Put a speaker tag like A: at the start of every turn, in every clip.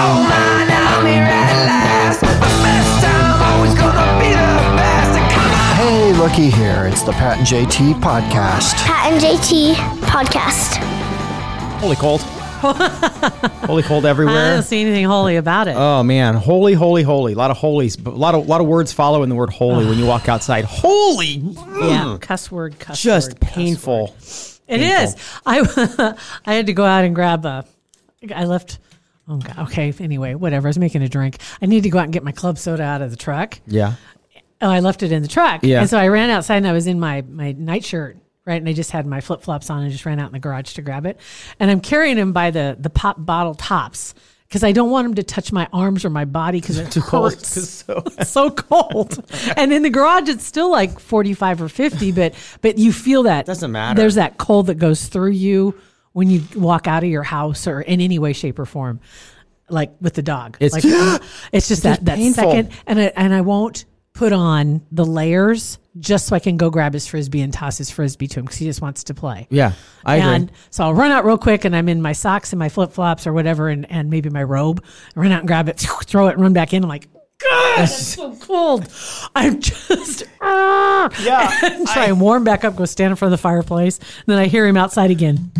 A: Oh man, I'm here at last. The best time, always gonna be the best. And come on.
B: Hey, looky here. It's the Pat and JT podcast.
C: Pat and JT podcast.
D: Holy cold. holy cold
E: I
D: everywhere.
E: don't see anything holy about it.
D: Oh man, holy, holy, holy. A lot of holies, but a lot of lot of words follow in the word holy when you walk outside. Holy,
E: yeah, cuss word, cuss
D: just
E: word, cuss word.
D: painful.
E: It is. I I had to go out and grab a. I left. Oh God. Okay. Anyway, whatever. I was making a drink. I need to go out and get my club soda out of the truck.
D: Yeah.
E: Oh, I left it in the truck.
D: Yeah.
E: And so I ran outside and I was in my my nightshirt, right? And I just had my flip flops on and just ran out in the garage to grab it. And I'm carrying him by the the pop bottle tops because I don't want him to touch my arms or my body because it hurts.
D: So
E: It's so cold. and in the garage, it's still like 45 or 50, but but you feel that.
D: Doesn't matter.
E: There's that cold that goes through you when you walk out of your house or in any way, shape, or form, like with the dog.
D: It's-
E: like, it's just that, that
D: painful.
E: second. And I, and I won't put on the layers just so I can go grab his frisbee and toss his frisbee to him because he just wants to play.
D: yeah, I agree.
E: And so I'll run out real quick and I'm in my socks and my flip flops or whatever and, and maybe my robe. I run out and grab it, throw it, run back in. I'm like, God, it's so cold. I'm just, ah."
D: Yeah,
E: And try and warm back up, go stand in front of the fireplace. And then I hear him outside again.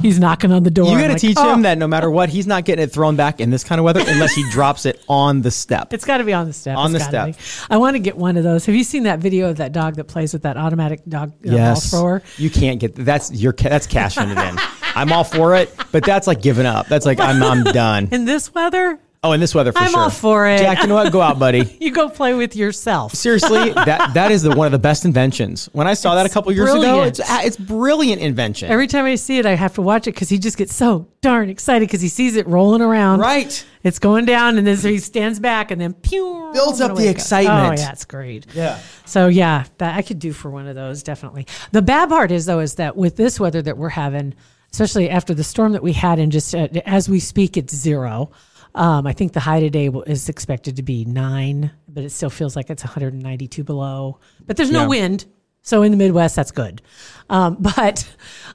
E: He's knocking on the door.
D: you
E: I'm
D: got to
E: like,
D: teach
E: "Oh,
D: him that no matter what, he's not getting it thrown back in this kind of weather unless he drops it on the step.
E: It's got to be on the step.
D: On
E: It's
D: the
E: gotta
D: step.
E: be. I want to get one of those. Have you seen that video of that dog that plays with that automatic dog uh, ball thrower?
D: You can't get that's your ca- that's cashing it in. I'm all for it, but that's like giving up. That's like I'm I'm done.
E: In this weather,
D: Oh, in this weather for
E: I'm
D: sure.
E: all for it.
D: Jack, you know what? Go out, buddy.
E: you go play with yourself.
D: Seriously, that that is the one of the best inventions. When I saw that a couple years ago,
E: brilliant.
D: it's a- it's brilliant invention.
E: Every time I see it, I have to watch it because he just gets so darn excited because he sees it rolling around.
D: Right.
E: It's going down, and then so he stands back, and then pew.
D: Builds up
E: away
D: the
E: it goes.
D: excitement.
E: Oh, yeah, it's great.
D: Yeah.
E: So, yeah, that I could do for one of those, definitely. The bad part is, though, is that with this weather that we're having, especially after the storm that we had, and just uh, as we speak, it's zero. Um, I think the high today will- is expected to be nine, but it still feels like it's 192 below. But there's no
D: Yeah.
E: wind. So in the Midwest, that's good. Um, but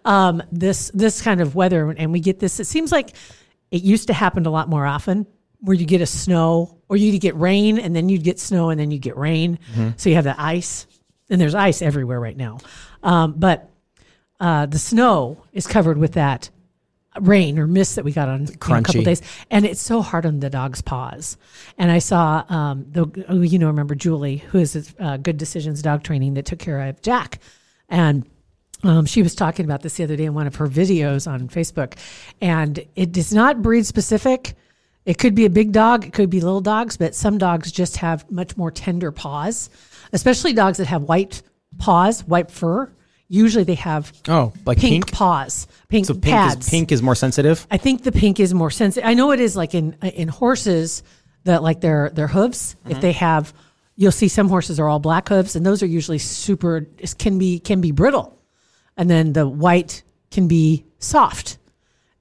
E: um, this this kind of weather, and we get this. It seems like it used to happen a lot more often, where you get a snow, or you get rain, and then you would get snow, and then you get rain. So you have the ice, and there's ice everywhere right now. Um, but uh, the snow is covered with that rain or mist that we got on in a couple
D: Crunchy.
E: days, and it's so hard on the dog's paws. And I saw um, the oh, you know remember Julie, who is uh, Good Decisions Dog Training, that took care of Jack, and um, she was talking about this the other day in one of her videos on Facebook, and it is not breed specific. It could be a big dog, it could be little dogs, but some dogs just have much more tender paws, especially dogs that have white paws, white fur. Usually they have
D: Oh, like
E: pink,
D: pink?
E: paws, pink
D: so pink
E: pads.
D: is pink is more sensitive.
E: I think the pink is more sensitive. I know it is like in in horses that like their their hooves. If they have, you'll see some horses are all black hooves, and those are usually super can be can be brittle, and then the white can be soft,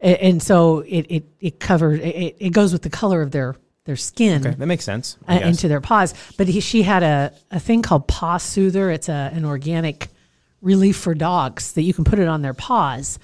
E: A- and so it it it covers it- it, it goes with the color of their their skin
D: That makes sense. I
E: uh,
D: guess.
E: into their paws. But he, she had a, a thing called Paw Soother. It's a, an organic relief for dogs that you can put it on their paws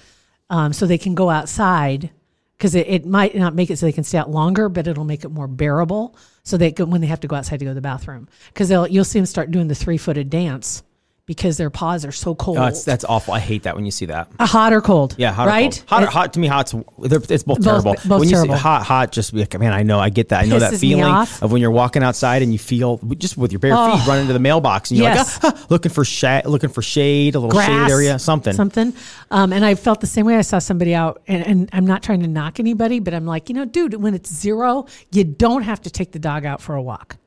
E: um, so they can go outside because it, it might not make it so they can stay out longer, but it'll make it more bearable so they can, when they have to go outside to go to the bathroom. Because you'll see them start doing the three footed dance because their paws are so cold.
D: Oh, it's, that's awful. I hate that when you see that.
E: A hot or cold.
D: Yeah, hot or
E: right?
D: cold. Hot, or-
E: It-
D: hot to me, hot's they're- it's both,
E: Both-
D: terrible.
E: both
D: when you
E: terrible.
D: see hot, hot, just be like, man, I know, I get that. I know that
E: Pisses me
D: feeling
E: off. Oh.
D: of when you're walking outside and you feel just with your bare feet running to the mailbox and you're
E: Yes.
D: like, ah, ah, looking for shade, looking for shade, a little shade area, something.
E: something. Um, and I felt the same way. I saw somebody out, and, and I'm not trying to knock anybody, but I'm like, you know, dude, when it's zero, you don't have to take the dog out for a walk.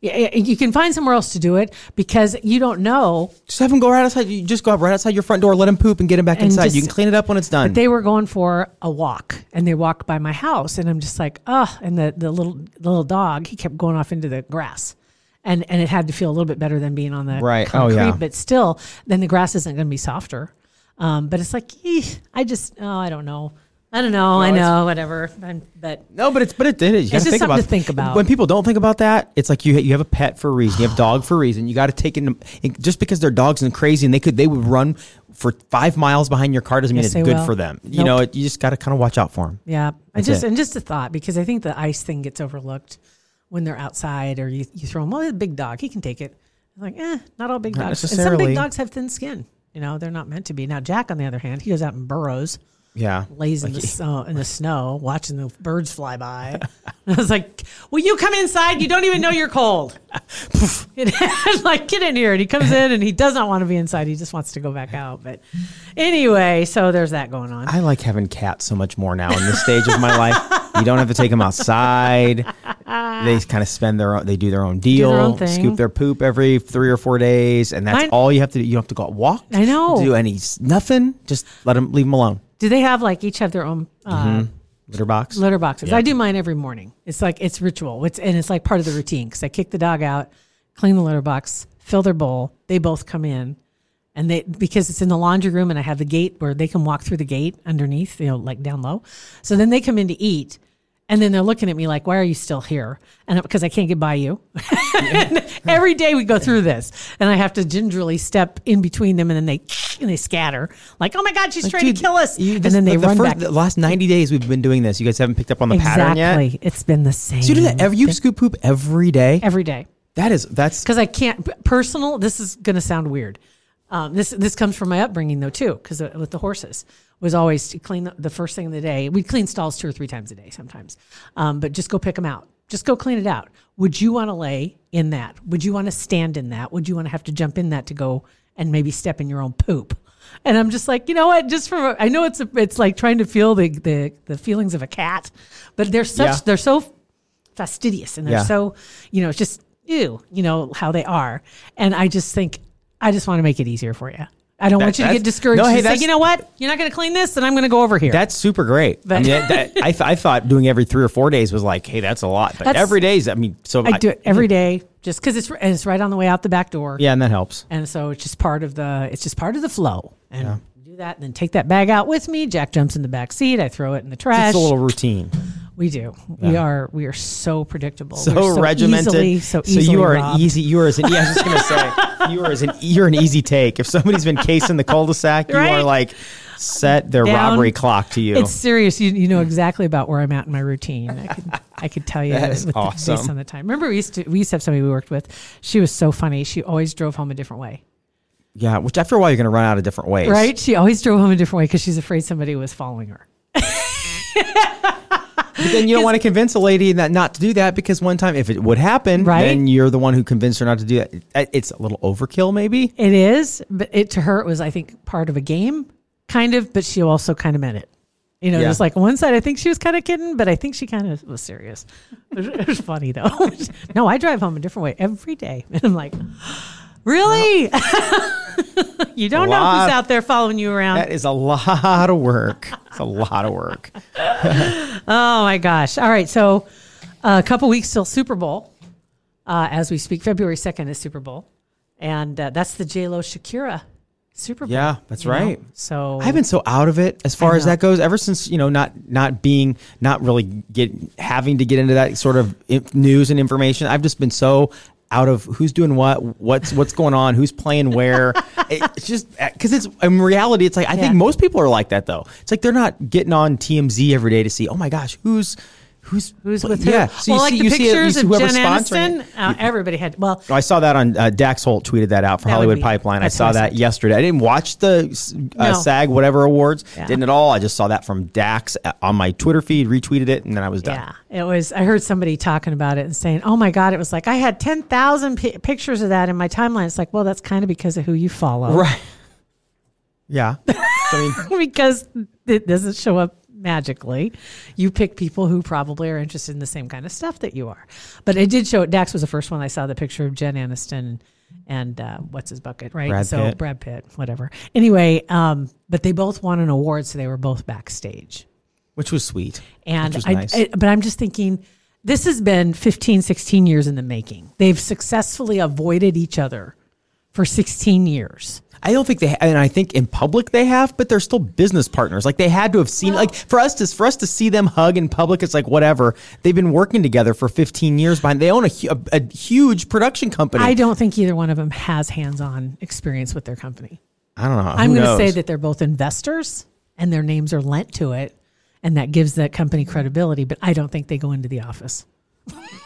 E: Yeah, yeah, you can find somewhere else to do it because you don't know.
D: Just have them go right outside. You just go up right outside your front door, let them poop, and get them back
E: And
D: inside.
E: just-
D: you can clean it up when it's done.
E: But they were going for a walk, and they walked by my house, and I'm just like, oh. And the the little the little dog, he kept going off into the grass, and and it had to feel a little bit better than being on the
D: Right. Oh,
E: concrete.
D: yeah.
E: But still, then the grass isn't going to be softer. Um, but it's like, eeh, I just, oh, I don't know. I don't know. I know, whatever. I'm, but
D: no, but it's but it did. It. You gotta
E: just
D: think
E: something
D: about
E: to think about.
D: When people don't think about that, it's like you you have a pet for a reason. You have a dog for a reason. You got to take in just because they're dogs and crazy and they could they would run for five miles behind your car doesn't mean it's
E: Yes, they
D: good
E: will.
D: for them. You
E: Nope.
D: know, it, you just got to kind of watch out for them.
E: Yeah, I
D: That's
E: just
D: it.
E: and just a thought because I think the ice thing gets overlooked when they're outside or you, you throw them. Well, a big dog, he can take it. I'm like, eh, not all big
D: Not
E: dogs. And some
D: necessarily.
E: big dogs have thin skin. You know, they're not meant to be. Now Jack, on the other hand, he goes out and burrows,
D: Yeah,
E: lays in the snow, in the snow, watching the birds fly by. I was like, "Will you come inside? You don't even know you're cold." I'm like, "Get in here!" And he comes in, and he does not want to be inside. He just wants to go back out. But anyway, so there's that going on.
D: I like having cats so much more now in this stage of my life. You don't have to take them outside. They kind of spend their own, they do their own deal,
E: their own thing.
D: scoop their poop every three or four days, and that's
E: Mine-
D: all you have to do. You don't have to go out walk.
E: I know.
D: Do any s- nothing. Just let them leave them alone.
E: Do they have like each have their own uh,
D: Litter box.
E: litter boxes? I do mine every morning. It's like it's ritual. It's and it's like part of the routine because I kick the dog out, clean the litter box, fill their bowl. They both come in, and they because it's in the laundry room and I have the gate where they can walk through the gate underneath, you know, like down low. So then they come in to eat. And then they're looking at me like, "Why are you still here?" And because I can't get by you. And every day we go through this, and I have to gingerly step in between them, and then they and they scatter like, "Oh my God, she's trying
D: Dude,
E: to kill us!"
D: you-
E: and
D: this-
E: then they
D: the- the
E: run
D: first-
E: back.
D: The last ninety days we've been doing this. You guys haven't picked up on the pattern yet.
E: Exactly. It's been the same.
D: So you do that every you scoop poop every day.
E: every day
D: That is that's
E: because I can't p- personal. This is going to sound weird. Um, this this comes from my upbringing though too, because with the horses was always to clean the, the first thing of the day. We'd clean stalls two or three times a day sometimes, um, but just go pick them out. Just go clean it out. Would you want to lay in that? Would you want to stand in that? Would you want to have to jump in that to go and maybe step in your own poop? And I'm just like, you know what? Just from I know it's a, it's like trying to feel the, the the feelings of a cat, but they're such
D: Yeah.
E: they're so fastidious and they're
D: Yeah.
E: so you know it's just ew you know how they are and i just think i just want to make it easier for you i don't want you to
D: that's-
E: get discouraged
D: no, hey,
E: and say
D: that's-
E: you know what you're not going to clean this then i'm going to go over here
D: That's super great. I,
E: But-
D: mean, that, that- I, th- I thought doing every three or four days was like, hey, that's a lot. But
E: That's-
D: every day's, I mean, so
E: i do it every day just because it's and it's right on the way out the back door
D: Yeah, and that helps.
E: and so it's just part of the it's just part of the flow and do that and then take that bag out with me jack jumps in the back seat i throw it in the trash
D: It's a little routine.
E: we do we are we are so predictable
D: So,
E: We're
D: regimented.
E: easily, so easily
D: you are
E: robbed.
D: an easy. You are as an. Yeah, I was just gonna say you are as an. You're an easy take. If somebody's been casing the cul-de-sac, you
E: Right.
D: are like set their
E: Down.
D: robbery clock to you.
E: It's serious. You, you know exactly about where I'm at in my routine. I could I could tell you
D: That is
E: with the, based
D: awesome.
E: on the time. Remember, we used to we used to have somebody we worked with. She was so funny. She always drove home a different way.
D: yeah, which after a while you're gonna run out of different ways.
E: Right? She always drove home a different way because she's afraid somebody was following her.
D: But then you don't want to convince a lady that not to do that because one time if it would happen,
E: Right.
D: then you're the one who convinced her not to do that. It- It's a little overkill, maybe.
E: It is, but it to her it was I think part of a game, kind of. But she also kind of meant it. You know,
D: Yeah.
E: there's like one side I think she was kind of kidding, but I think she kind of was serious. It was funny though. no, I drive home a different way every day, and I'm like, really? you don't know
D: Wow.
E: who's out there following you around.
D: That is a lot of work. It's a lot of work.
E: Oh my gosh! All right, so uh, a couple weeks till Super Bowl. Uh, as we speak, February second is Super Bowl, and uh, that's the J Lo Shakira Super Bowl.
D: Yeah, that's
E: you know?
D: right.
E: So
D: I've been so out of it as far as
E: know.
D: that goes. Ever since you know, not not being, not really get having to get into that sort of in- news and information. I've just been so out of who's doing what, what's what's going on, who's playing where. It- it's just because it's in reality, it's like I
E: Yeah.
D: think most people are like that though. It's like they're not getting on TMZ every day to see. Oh my gosh, who's who's
E: Who's
D: pl-
E: with
D: yeah.
E: Who?
D: So
E: well,
D: you
E: like
D: see,
E: the
D: you see, it- you
E: pictures
D: see
E: of
D: whoever's
E: Jen
D: sponsoring.
E: Aniston.
D: it.
E: Uh, everybody had. Well,
D: I saw that on uh, Dax Holt tweeted that out for
E: That would
D: Hollywood
E: be-
D: Pipeline. I
E: that's what
D: saw
E: I
D: that
E: saw.
D: yesterday. I didn't watch the uh,
E: No.
D: SAG whatever awards.
E: Yeah.
D: Didn't at all. I just saw that from Dax uh, on my Twitter feed, retweeted it, and then I was done.
E: yeah, it was. I heard somebody talking about it and saying, "Oh my God!" It was like I had ten thousand pi pictures of that in my timeline. It's like, well, that's kind of because of who you follow,
D: Right. Yeah. I mean,
E: because it doesn't show up magically, you pick people who probably are interested in the same kind of stuff that you are. But I did show Dax was the first one I saw the picture of Jen Aniston and uh, what's his bucket, right?
D: Brad
E: so
D: Pitt.
E: Brad Pitt, whatever. Anyway, um, but they both won an award, so they were both backstage.
D: which was sweet.
E: And
D: which was
E: I,
D: nice.
E: I- but I'm just thinking, this has been 15, 16 years in the making. They've successfully avoided each other for 16 years.
D: I don't think they, ha- and I think in public they have, but they're still business partners. Like they had to have seen, like for us to for us to see them hug in public, it's like whatever. They've been working together for 15 years. Behind they own a, hu- a, a huge production company.
E: I don't think either one of them has hands on experience with their company.
D: I don't know.
E: I'm
D: Who
E: going to say
D: knows?
E: that they're both investors and their names are lent to it. And that gives that company credibility, but I don't think they go into the office.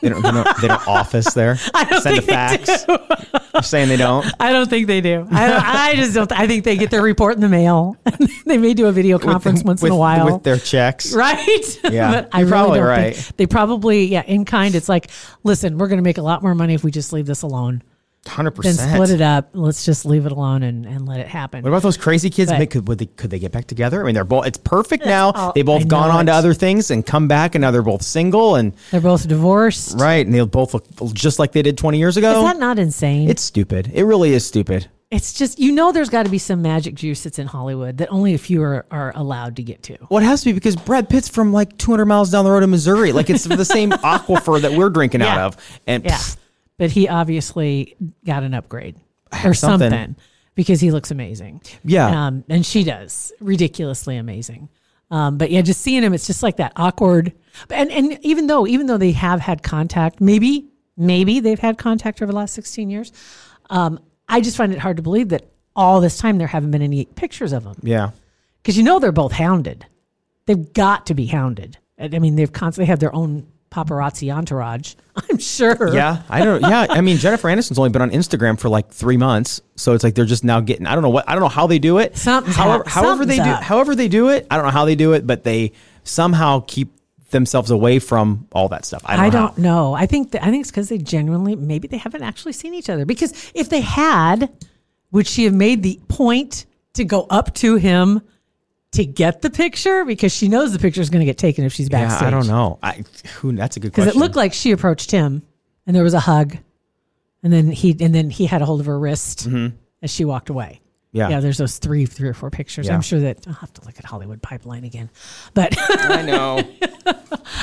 D: they don't, they don't, they don't office there. I
E: don't
D: Send
E: think
D: a
E: they
D: fax. You're saying they don't.
E: I don't think they do. I, don't, I just don't. I think they get their report in the mail. they may do a video conference once in
D: With-
E: a while.
D: with their checks.
E: right?
D: Yeah,
E: but I
D: you're
E: really
D: probably
E: don't
D: right.
E: Think they probably, yeah, in kind, it's like, listen, we're going to make a lot more money if we just leave this alone.
D: Hundred
E: Then
D: percent.
E: split it up. Let's just leave it alone and, and let it happen.
D: What about those crazy kids?
E: But-
D: Make- could, would they, could they get back together? I mean, they're both. It's perfect now.
E: all-
D: They've both
E: I
D: gone
E: know
D: on to
E: it.
D: other things and come back, and now they're both single and
E: They're both divorced.
D: right, and they both look just like they did twenty years ago.
E: Is that not insane?
D: It's stupid. It really is stupid.
E: It's just you know there's got to be some magic juice that's in Hollywood that only a few are, are allowed to get to.
D: Well, it has to be because Brad Pitt's from like 200 miles down the road in Missouri. Like it's the same aquifer that we're drinking out
E: Yeah.
D: of. And
E: Yeah,
D: pff,
E: but he obviously got an upgrade or
D: Something.
E: something. because he looks amazing.
D: Yeah.
E: um, and she does ridiculously amazing. Um, but yeah, just seeing him, it's just like that awkward. And and even though even though they have had contact, maybe maybe they've had contact over the last sixteen years. Um, I just find it hard to believe that all this time there haven't been any pictures of them.
D: yeah.
E: because you know they're both hounded. They've got to be hounded. And, I mean, they've constantly have their own paparazzi entourage. I'm sure.
D: Yeah. I don't Yeah. I mean, Jennifer Aniston's only been on Instagram for like three months. So it's like they're just now getting, I don't know what, I don't know how they do it.
E: Something's
D: however,
E: up.
D: however they do,
E: Something's up.
D: however they do it, I don't know how they do it, but they somehow keep themselves away from all that stuff. I don't,
E: I
D: know.
E: don't know. I think that, I think it's because they genuinely maybe they haven't actually seen each other. Because if they had, would she have made the point to go up to him to get the picture? Because she knows the picture is going to get taken if she's
D: Yeah,
E: backstage.
D: I don't know. I, who, that's a good
E: Because
D: question.
E: it looked like she approached him, and there was a hug, and then he and then he had a hold of her wrist
D: Mm-hmm.
E: as she walked away.
D: Yeah.
E: yeah. There's those three, three or four pictures.
D: Yeah.
E: I'm sure that I'll have to look at Hollywood Pipeline again, but
D: I know.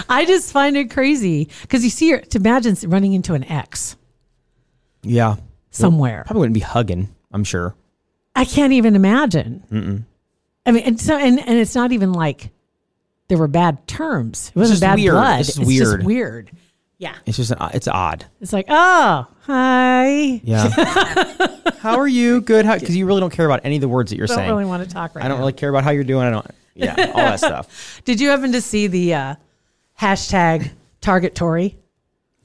E: I just find it crazy because you see her to imagine running into an ex
D: Yeah.
E: somewhere.
D: Probably wouldn't be hugging, I'm sure.
E: I can't even imagine. I mean, and so and and it's not even like there were bad terms. It wasn't
D: just
E: bad
D: weird.
E: blood.
D: It's just
E: just
D: weird.
E: weird. Yeah.
D: It's just, an, it's odd.
E: It's like, oh, hi.
D: Yeah. how are you? Good. Because you really don't care about any of the words that you're
E: I don't
D: saying.
E: really want to talk right
D: I
E: now.
D: don't really care about how you're doing. I don't. Yeah, all that stuff.
E: Did you happen to see the uh, hashtag Target Tory?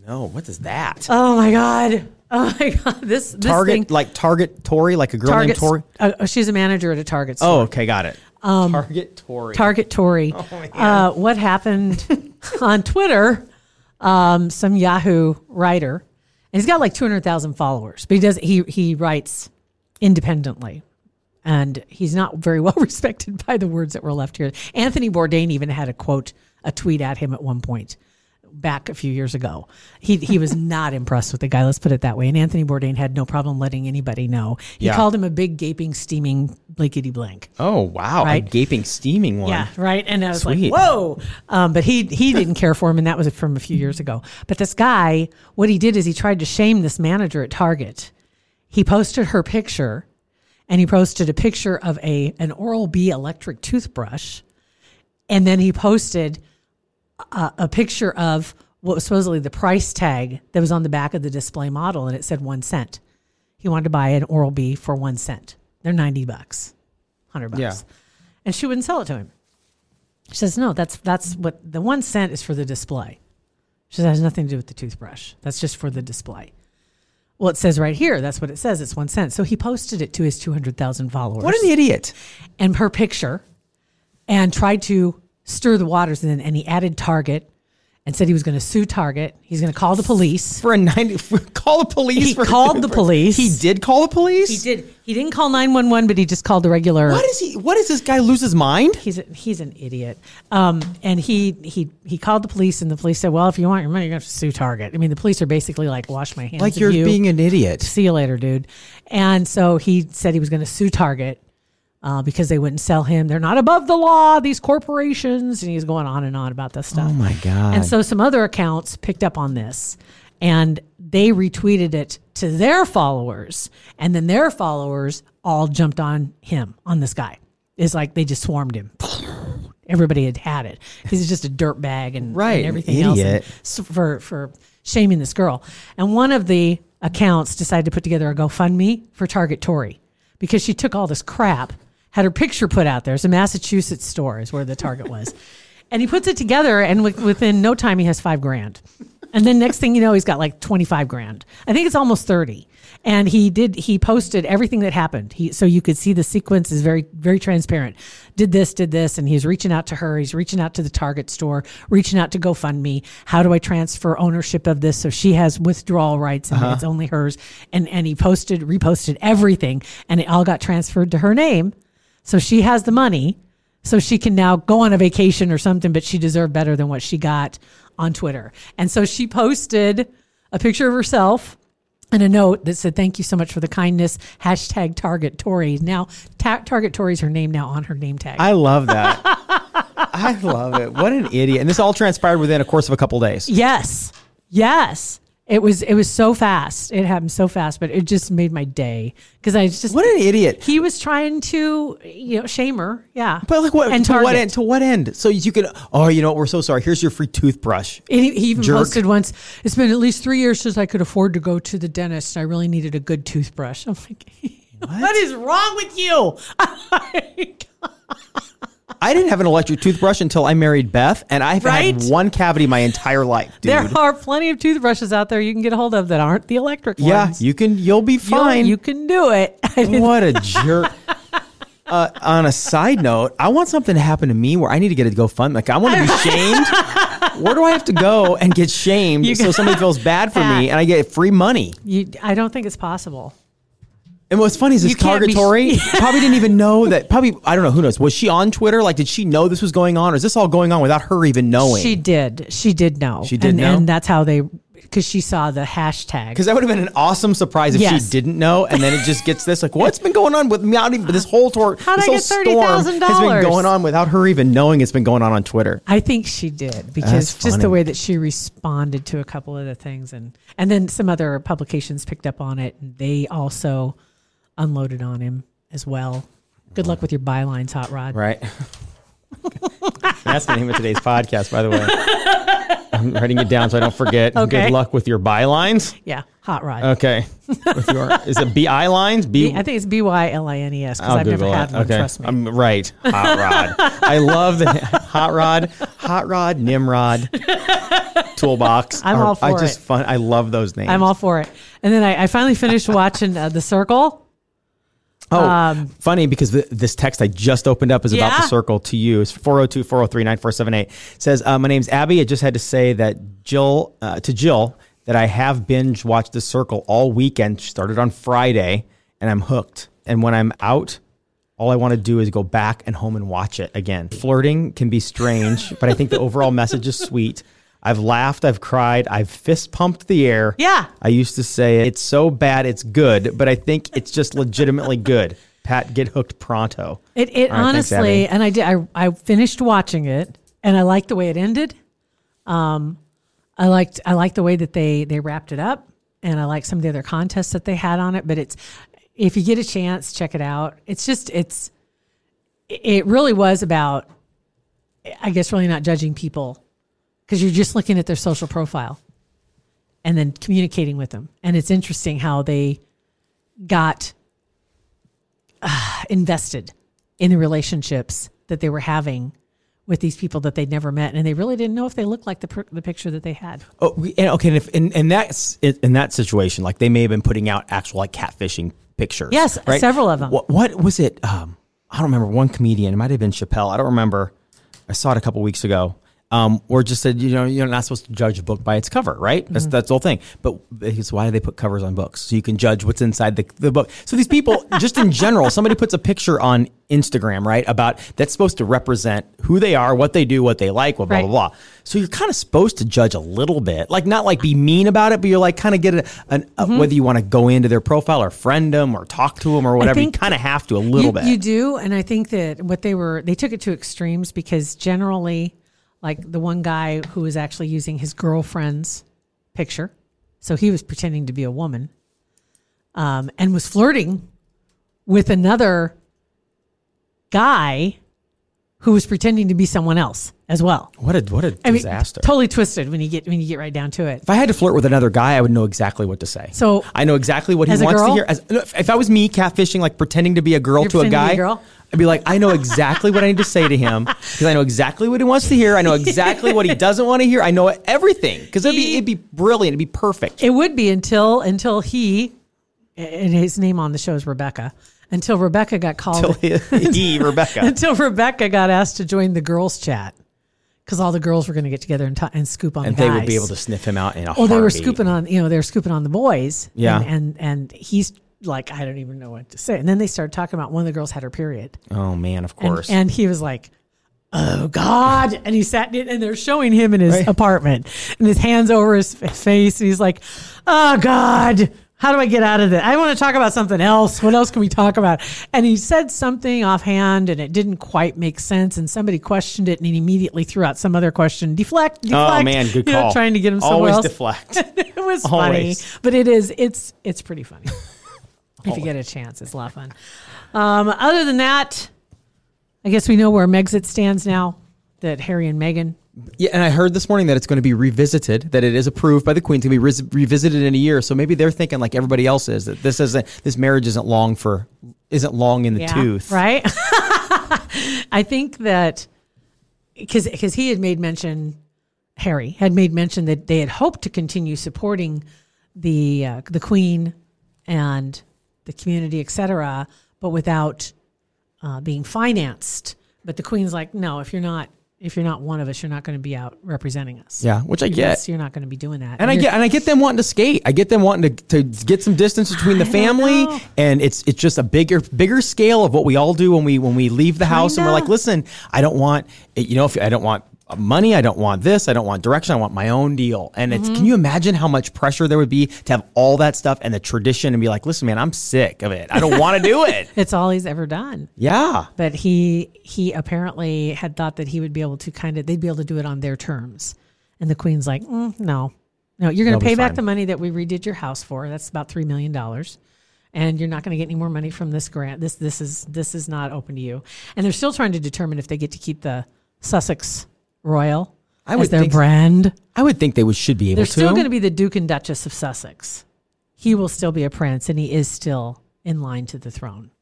D: No, what is that?
E: Oh my god! Oh my god! This, this
D: Target
E: thing,
D: like Target Tory, like a girl named
E: Target
D: Tori.
E: Uh, she's a manager at a Target store.
D: Oh, okay, got it.
E: Um,
D: Target Tory. Oh,
E: Target Tory. uh, what happened on Twitter? Um, some Yahoo writer, and he's got like two hundred thousand followers, but he does he he writes independently, and he's not very well respected by the words that were left here. Anthony Bourdain even had a quote, a tweet at him at one point. Back a few years ago, he he was not impressed with the guy. Let's put it that way. And Anthony Bourdain had no problem letting anybody know. He
D: Yeah.
E: called him a big gaping, steaming blankety blank.
D: oh wow, a
E: Right.
D: gaping, steaming one.
E: Yeah, right. And I was
D: Sweet.
E: like, whoa. Um, but he he didn't care for him, and that was from a few years ago. But this guy, what he did is he tried to shame this manager at Target. He posted her picture, and he posted a picture of a an Oral B electric toothbrush, and then he posted a, a picture of what was supposedly the price tag that was on the back of the display model, and it said one cent. He wanted to buy an Oral B for one cent. They're ninety bucks, hundred bucks
D: Yeah.
E: and she wouldn't sell it to him. She says, "No, that's that's what the one cent is for the display." She says, "It has nothing to do with the toothbrush. That's just for the display." Well, it says right here. That's what it says. It's one cent. So he posted it to his two hundred thousand followers
D: What an idiot.
E: and her picture, and tried to stir the waters. And then and he added Target, and said he was going to sue Target. He's going to call the police.
D: for a 90 for, call the police
E: He
D: for,
E: called the
D: for-
E: police.
D: he did call the police
E: He did. He didn't call nine one one, but he just called the regular.
D: what is he what is this guy lose his mind
E: he's a, he's an idiot. Um, and he he he called the police, and the police said, "Well, if you want your money, you're gonna have to sue Target." I mean, the police are basically like, "Wash my hands."
D: like
E: of
D: you're
E: you.
D: being an idiot
E: See you later, dude. And so he said he was going to sue Target uh, because they wouldn't sell him. They're not above the law, these corporations. And he's going on and on about this stuff.
D: oh my god
E: And so some other accounts picked up on this and they retweeted it to their followers. And then their followers all jumped on him, on this guy. It's like they just swarmed him. Everybody had had it because he's just a dirt bag and, and
D: Right,
E: everything else and
D: idiot.
E: s- for, for shaming this girl. And one of the accounts decided to put together a GoFundMe for Target Tory because she took all this crap, had her picture put out there. It's a Massachusetts store, is where the Target was. And he puts it together, and wi- within no time, he has five grand. And then next thing you know, he's got like 25 grand. I think it's almost 30. And he did, he posted everything that happened. He, so you could see the sequence is very, very transparent. Did this, did this. And he's reaching out to her. He's reaching out to the Target store, reaching out to GoFundMe. How do I transfer ownership of this? So she has withdrawal rights and it's only hers. And, and he posted, reposted everything and it all got transferred to her name. So she has the money. So she can now go on a vacation or something, but she deserved better than what she got on Twitter. And so she posted a picture of herself and a note that said, Thank you so much for the kindness. Hashtag Target Tory. Now, ta- Target Tory is her name now on her name tag.
D: i love that i love it what an idiot and this all transpired within a course of a couple days
E: yes. Yes. It was it was so fast. It happened so fast, but it just made my day because I was just
D: what an idiot
E: he was trying to you know shame her, yeah.
D: but like what
E: And
D: to what
E: Target.
D: end to what end so you could oh you know what we're so sorry here's your free toothbrush
E: And he, he even
D: Jerk.
E: posted once, it's been at least three years since I could afford to go to the dentist. I really needed a good toothbrush. I'm like, what is wrong with you?
D: i didn't have an electric toothbrush until i married beth and i've
E: Right?
D: had one cavity my entire life dude
E: There are plenty of toothbrushes out there you can get a hold of that aren't the electric
D: yeah
E: ones.
D: you can you'll be
E: You'll-
D: fine
E: You can do it. I didn't-
D: What a jerk. Uh, on a side note, I want something to happen to me where I need to get a GoFundMe. Like I want to be shamed. Where do I have to go and get shamed so somebody feels bad for me and I get free money?
E: you, I don't think it's possible.
D: And what's funny is this
E: You can't
D: Target
E: be-
D: Tory probably didn't even know that. Probably I don't know who knows. Was she on Twitter? Like, did she know this was going on, or is this all going on without her even knowing?
E: She did. She did know.
D: She did
E: and,
D: know?
E: And that's how they, because she saw the hashtag.
D: Because that would have been an awesome surprise if
E: Yes.
D: she didn't know, and then it just gets this like, what's been going on with me? Not even this whole tour.
E: How'd
D: this
E: I
D: whole
E: get
D: storm has been
E: $30,000?
D: going on without her even knowing it's been going on on Twitter.
E: I think she did
D: That's
E: because just
D: funny.
E: the way that she responded to a couple of the things, and and then some other publications picked up on it. And they also unloaded on him as well. Good luck with your bylines, Hot Rod.
D: Right. That's the name of today's podcast, by the way. I'm writing it down so I don't forget.
E: Okay.
D: Good luck with your bylines.
E: Yeah, Hot Rod.
D: Okay. With your, is it BI lines? B.
E: B- I think it's B Y L I N E S because
D: I'll
E: I've
D: Google
E: never had
D: it.
E: one.
D: Okay.
E: Trust me.
D: I'm right. Hot rod. I love the hot rod, hot rod, Nimrod, toolbox.
E: I'm
D: Are-
E: all
D: I
E: for
D: just
E: it.
D: fun. I love those names.
E: I'm all for it. And then I, I finally finished watching uh, The Circle.
D: Oh,
E: Um,
D: funny because th- this text I just opened up is about the
E: Yeah?
D: circle to you. It's 402 403 9478. Says, uh, My name's Abby. I just had to say that Jill, uh, to Jill, that I have binge watched the circle all weekend. She Started on Friday and I'm hooked. And when I'm out, all I want to do is go back and home and watch it again. Flirting can be strange, but I think the overall message is sweet. I've laughed, I've cried, I've fist pumped the air.
E: Yeah.
D: I used to say it's so bad it's good, but I think it's just legitimately good. Pat, get hooked pronto.
E: It, it
D: All right, thanks,
E: honestly,
D: Abby.
E: and I did. I, I finished watching it, and I liked the way it ended. Um, I liked I liked the way that they they wrapped it up, and I liked some of the other contests that they had on it. But it's if you get a chance, check it out. It's just it's it really was about, I guess, really not judging people because you're just looking at their social profile, and then communicating with them. And it's interesting how they got uh, invested in the relationships that they were having with these people that they'd never met, and they really didn't know if they looked like the per- the picture that they had.
D: Oh, we- and, okay, and if in, in that in that situation, like they may have been putting out actual like catfishing pictures.
E: Yes, several of 'em.
D: What, what was it? Um, I don't remember. One comedian, it might have been Chappelle. I don't remember. I saw it a couple weeks ago. um, or just said, you know, you're not supposed to judge a book by its cover, right? That's
E: Mm-hmm.
D: that's the whole thing. But it's why do they put covers on books? So you can judge what's inside the, the book. So these people, just in general, somebody puts a picture on Instagram, right? About that's supposed to represent who they are, what they do, what they like, blah, blah,
E: Right.
D: blah, blah. So you're kind of supposed to judge a little bit, like not like be mean about it, but you're like kind of get a, an, uh
E: Mm-hmm.
D: whether you want to go into their profile or friend them or talk to them or whatever.
E: think-
D: you kind of have to a little
E: you,
D: bit.
E: You do, and I think that what they were they took it to extremes because generally, like the one guy who was actually using his girlfriend's picture, so he was pretending to be a woman, um, and was flirting with another guy who was pretending to be someone else as well.
D: what a what a
E: I mean,
D: disaster.
E: totally twisted when you get when you get right down to it.
D: If I had to flirt with another guy, I would know exactly what to say.
E: So-
D: I know exactly what he
E: As a
D: wants to
E: girl?
D: hear. As, no, if if I was me catfishing, like pretending to be a girl
E: You're
D: to a
E: pretending
D: guy,
E: to be a girl?
D: I'd be like, I know exactly what I need to say to him because I know exactly what he wants to hear. I know exactly what he doesn't want to hear. I know everything because it'd be it'd be brilliant. It'd be perfect.
E: It would be until until he and his name on the show is Rebecca. Until Rebecca got called
D: he, Rebecca.
E: until Rebecca got asked to join the girls' chat because all the girls were going to get together and, t- and scoop on
D: And
E: the guys.
D: they would be able to sniff him out in a
E: Well, Oh, they were
D: heartbeat.
E: scooping on you know they were scooping on the boys.
D: Yeah.
E: and and, and he's like I don't even know what to say. And then they started talking about one of the girls had her period,
D: Oh man, of
E: and,
D: course.
E: and he was like. Oh God! And he sat in, and they're showing him in his
D: Right.
E: apartment, and his hands over his f- face, and he's like, "Oh God, how do I get out of this? I want to talk about something else. What else can we talk about?" And he said something offhand, and it didn't quite make sense. And somebody questioned it, and he immediately threw out some other question, deflect, deflect.
D: oh man, good
E: you
D: call.
E: know, trying to get him somewhere
D: Always
E: else.
D: deflect.
E: it was
D: Always.
E: funny, but it is it's it's pretty funny. if you get a chance, it's a lot of fun. Um, other than that, I guess we know where Megxit stands now. That Harry and Meghan.
D: Yeah, and I heard this morning that it's going to be revisited. That it is approved by the Queen to be res- revisited in a year. So maybe they're thinking like everybody else is that this isn't this marriage isn't long for isn't long in the
E: Yeah,
D: tooth.
E: right? I think that because because he had made mention, Harry had made mention that they had hoped to continue supporting the uh, the Queen and the community, et cetera, but without uh, being financed. But the Queen's like, no, if you're not if you're not one of us, you're not going to be out representing us.
D: Yeah, which I
E: Yes,
D: get.
E: you're not going to be doing that.
D: And I
E: you're-
D: get and I get them wanting to skate. I get them wanting to, to get some distance between the
E: I don't
D: family
E: know.
D: and it's it's just a bigger bigger scale of what we all do when we when we leave the house and we're
E: Kinda.
D: like, "Listen, I don't want you know, if I don't want money, I don't want this, I don't want direction, I want my own deal." And it's
E: Mm-hmm.
D: can you imagine how much pressure there would be to have all that stuff and the tradition and be like, "Listen, man, I'm sick of it. I don't want to do it."
E: it's all he's ever done.
D: Yeah.
E: but he he apparently had thought that he would be able to kind of they'd be able to do it on their terms and the queen's like mm, no no you're going
D: They'll
E: to
D: be
E: pay back
D: fine.
E: the money that we redid your house for that's about three million dollars and you're not going to get any more money from this grant this this is this is not open to you and they're still trying to determine if they get to keep the sussex royal
D: I would
E: as their
D: think so.
E: brand
D: I would think they would should be able
E: they're
D: to.
E: still going to be the duke and duchess of sussex he will still be a prince and he is still in line to the throne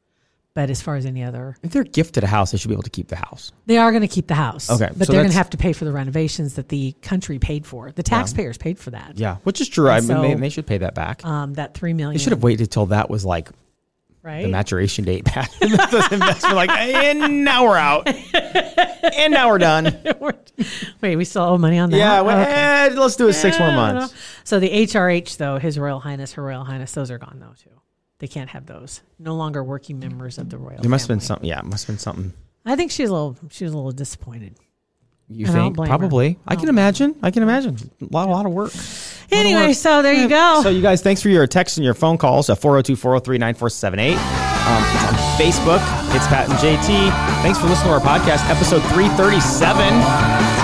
E: but as far as any other
D: if they're gifted a house, they should be able to keep the house.
E: they are going to keep the house.
D: Okay,
E: But
D: so
E: they're going
D: that's-
E: to have to pay for the renovations that the country paid for. The taxpayers paid for that.
D: Yeah, which is true. I
E: So-
D: mean, they- they should pay that back.
E: Um, that three million.
D: they should have waited till that was like
E: right.
D: the maturation date back. the investment, like, and now we're out, and now we're done.
E: Wait, we still owe money on that.
D: Yeah, well,
E: Okay.
D: eh, let's do it six more
E: Yeah, I don't
D: months.
E: know. So the HRH though, His Royal Highness, Her Royal Highness, those are gone though too. They can't have those. No longer working members of the royal.
D: There must have been
E: family.
D: something. Yeah, it must have been something.
E: I think she's a little. She was a little disappointed.
D: You
E: I don't
D: think
E: blame her.
D: probably? I
E: I
D: can
E: don't blame
D: imagine. I can imagine. A lot, a lot of work.
E: Anyway, so there you go.
D: So, you guys, thanks for your texts and your phone calls at 402 403 9478. Um, On Facebook, it's Pat and JT. Thanks for listening to our podcast, episode 337.